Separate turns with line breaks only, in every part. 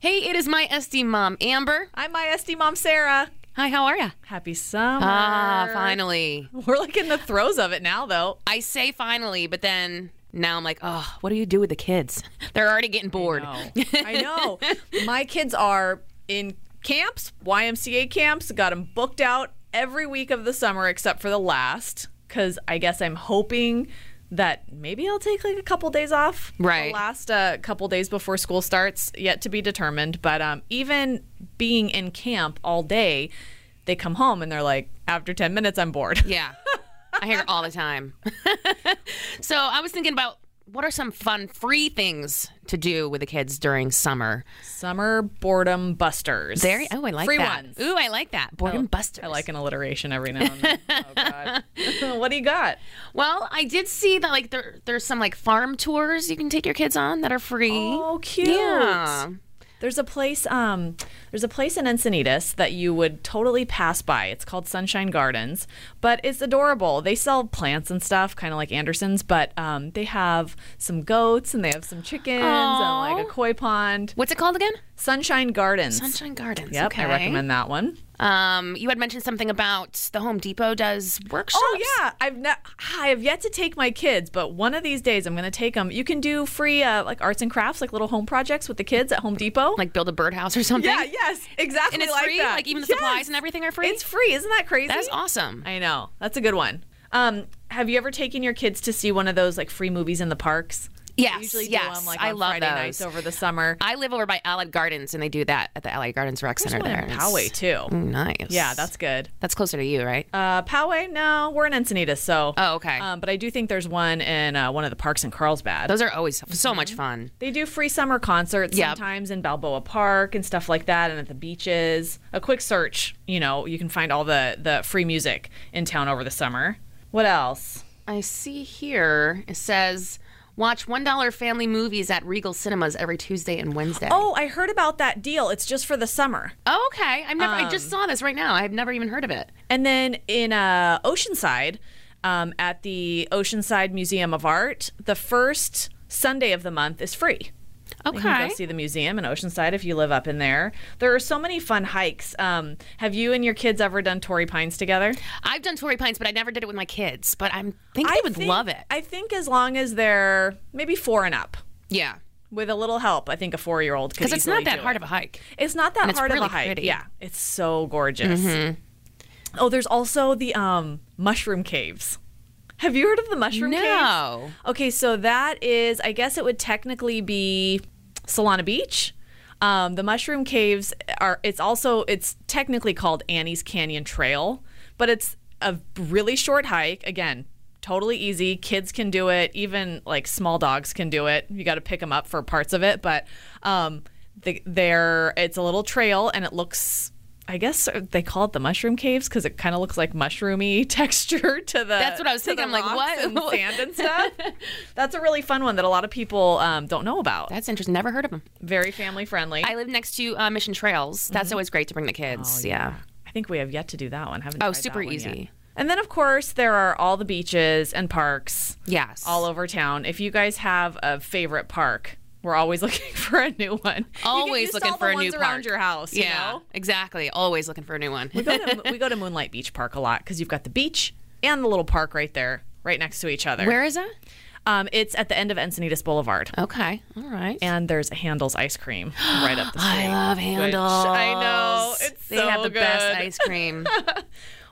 Hey, it is my SD mom, Amber.
I'm my SD mom, Sarah.
Hi, how are ya?
Happy summer.
Ah, finally.
We're like in the throes of it now, though.
I say finally, but then now I'm like, oh, what do you do with the kids? They're already getting bored.
I know. My kids are in camps, YMCA camps, got them booked out every week of the summer except for the last, because I guess I'm hoping that maybe I'll take like a couple days off.
Right.
The last uh, couple days before school starts, yet to be determined. But um, even being in camp all day, they come home and they're like, after 10 minutes, I'm bored.
Yeah. I hear it all the time. so I was thinking about what are some fun, free things to do with the kids during summer?
Summer boredom busters.
There, oh, I like
Free
that.
ones.
Ooh, I like that. Boredom busters.
I like an alliteration every now and then. oh God, what do you got?
Well, I did see that like there, there's some like farm tours you can take your kids on that are free.
Oh, cute.
Yeah.
There's a place. Um, there's a place in Encinitas that you would totally pass by. It's called Sunshine Gardens, but it's adorable. They sell plants and stuff, kind of like Anderson's, but um, they have some goats and they have some chickens and like a koi pond.
What's it called again?
Sunshine Gardens.
Sunshine Gardens.
Yep,
okay.
I recommend that one.
Um, you had mentioned something about the Home Depot does workshops.
Oh yeah, I've ne- I have yet to take my kids, but one of these days I'm going to take them. You can do free uh, like arts and crafts, like little home projects with the kids at Home Depot.
like build a birdhouse or something.
yeah, yes, exactly.
And it's
like
free?
that.
Like, even the
Yes.
supplies and everything are free?
It's free. Isn't that crazy?
that's awesome.
I know. That's a good one. Um, have you ever taken your kids to see one of those like free movies in the parks?
Yes,
I usually do
yes,
'em, like
I
on
love
Friday
those.
nights over the summer.
I live over by Allied Gardens, and they do that at the Allied Gardens Rec Center
one
there.
in
and it's
Poway too.
Nice.
Yeah, that's good.
that's closer to you, right?
Uh, Poway? No, we're in Encinitas, so.
Oh, okay.
Um, but I do think there's one in uh, one of the parks in Carlsbad.
Those are always
mhm.
so much fun.
They do free summer concerts
Yep.
sometimes in Balboa Park and stuff like that, and at the beaches. A quick search, you know, you can find all the the free music in town over the summer. What else?
I see here it says watch one dollar family movies at Regal Cinemas every Tuesday and Wednesday.
Oh, I heard about that deal. It's just for the summer.
Oh, okay. I've never. I
Um,
just saw this right now. I've never even heard of it.
And then in uh, Oceanside, um, at the Oceanside Museum of Art, the first Sunday of the month is free.
Okay.
You can go see the museum in Oceanside if you live up in there. There are so many fun hikes. Um, have you and your kids ever done Torrey Pines together?
I've done Torrey Pines, but I never did it with my kids. But I'm think they would
think-
love it.
I think as long as they're maybe four and up,
yeah,
with a little help, I think a four-year-old could.
because it's not that hard of a hike.
It's not that
it's
hard
really
of a hike.
pretty. Mm-hmm.
Yeah, it's so gorgeous. Oh, there's also the um, mushroom caves. Have you heard of the mushroom caves?
No.
Okay, so that is, I guess it would technically be Solana Beach. Um, the mushroom caves are. It's also it's technically called Annie's Canyon Trail, but it's a really short hike. Again, totally easy. Kids can do it. Even like small dogs can do it. You got to pick them up for parts of it, but um, the, there it's a little trail and it looks. I guess they call it the mushroom caves because it kind of looks like mushroomy texture to the.
That's what I was
uh, to the
thinking. I'm like,
rocks
what?
and sand and stuff. That's a really fun one that a lot of people um, don't know about.
That's interesting. Never heard of them.
Very family friendly.
I live next to uh, Mission Trails. That's
Mm-hmm.
always great to bring the
Oh,
kids. yeah.
I think we have yet to do that one. Haven't
Oh,
tried
super
that one
easy.
yet. And then of course there are all the beaches and parks
Yes.
all over town. If you guys have a favorite park, we're always looking for a new one. You get
always
used to
looking
all
for
the
a new
ones
park
around your house. you
Yeah,
know?
exactly. Always looking for a new one.
we, go to, we go to Moonlight Beach Park a lot because you've got the beach and the little park right there, right next to each other.
Where Oh. is that?
Um, it's at the end of Encinitas Boulevard.
Okay. All right.
and there's Handel's ice cream right up the street.
I love
which
handles.
I know. It's
they
so
have the best
good.
ice cream.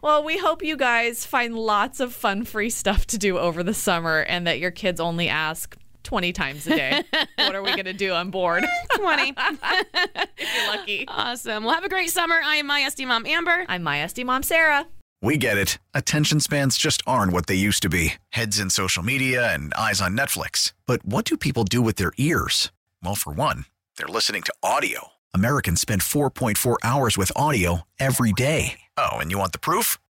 Well, we hope you guys find lots of fun free stuff to do over the summer and that your kids only ask 20 times a day, what are we going to do? I'm bored.
Twenty.
You're lucky.
Awesome. Well, have a great summer. I am my SD mom, Amber.
I'm my SD mom, Sarah.
We get it. Attention spans just aren't what they used to be heads in social media and eyes on Netflix. But what do people do with their ears? Well, for one, they're listening to audio. Americans spend 4.4 hours with audio every day. Oh, and you want the proof?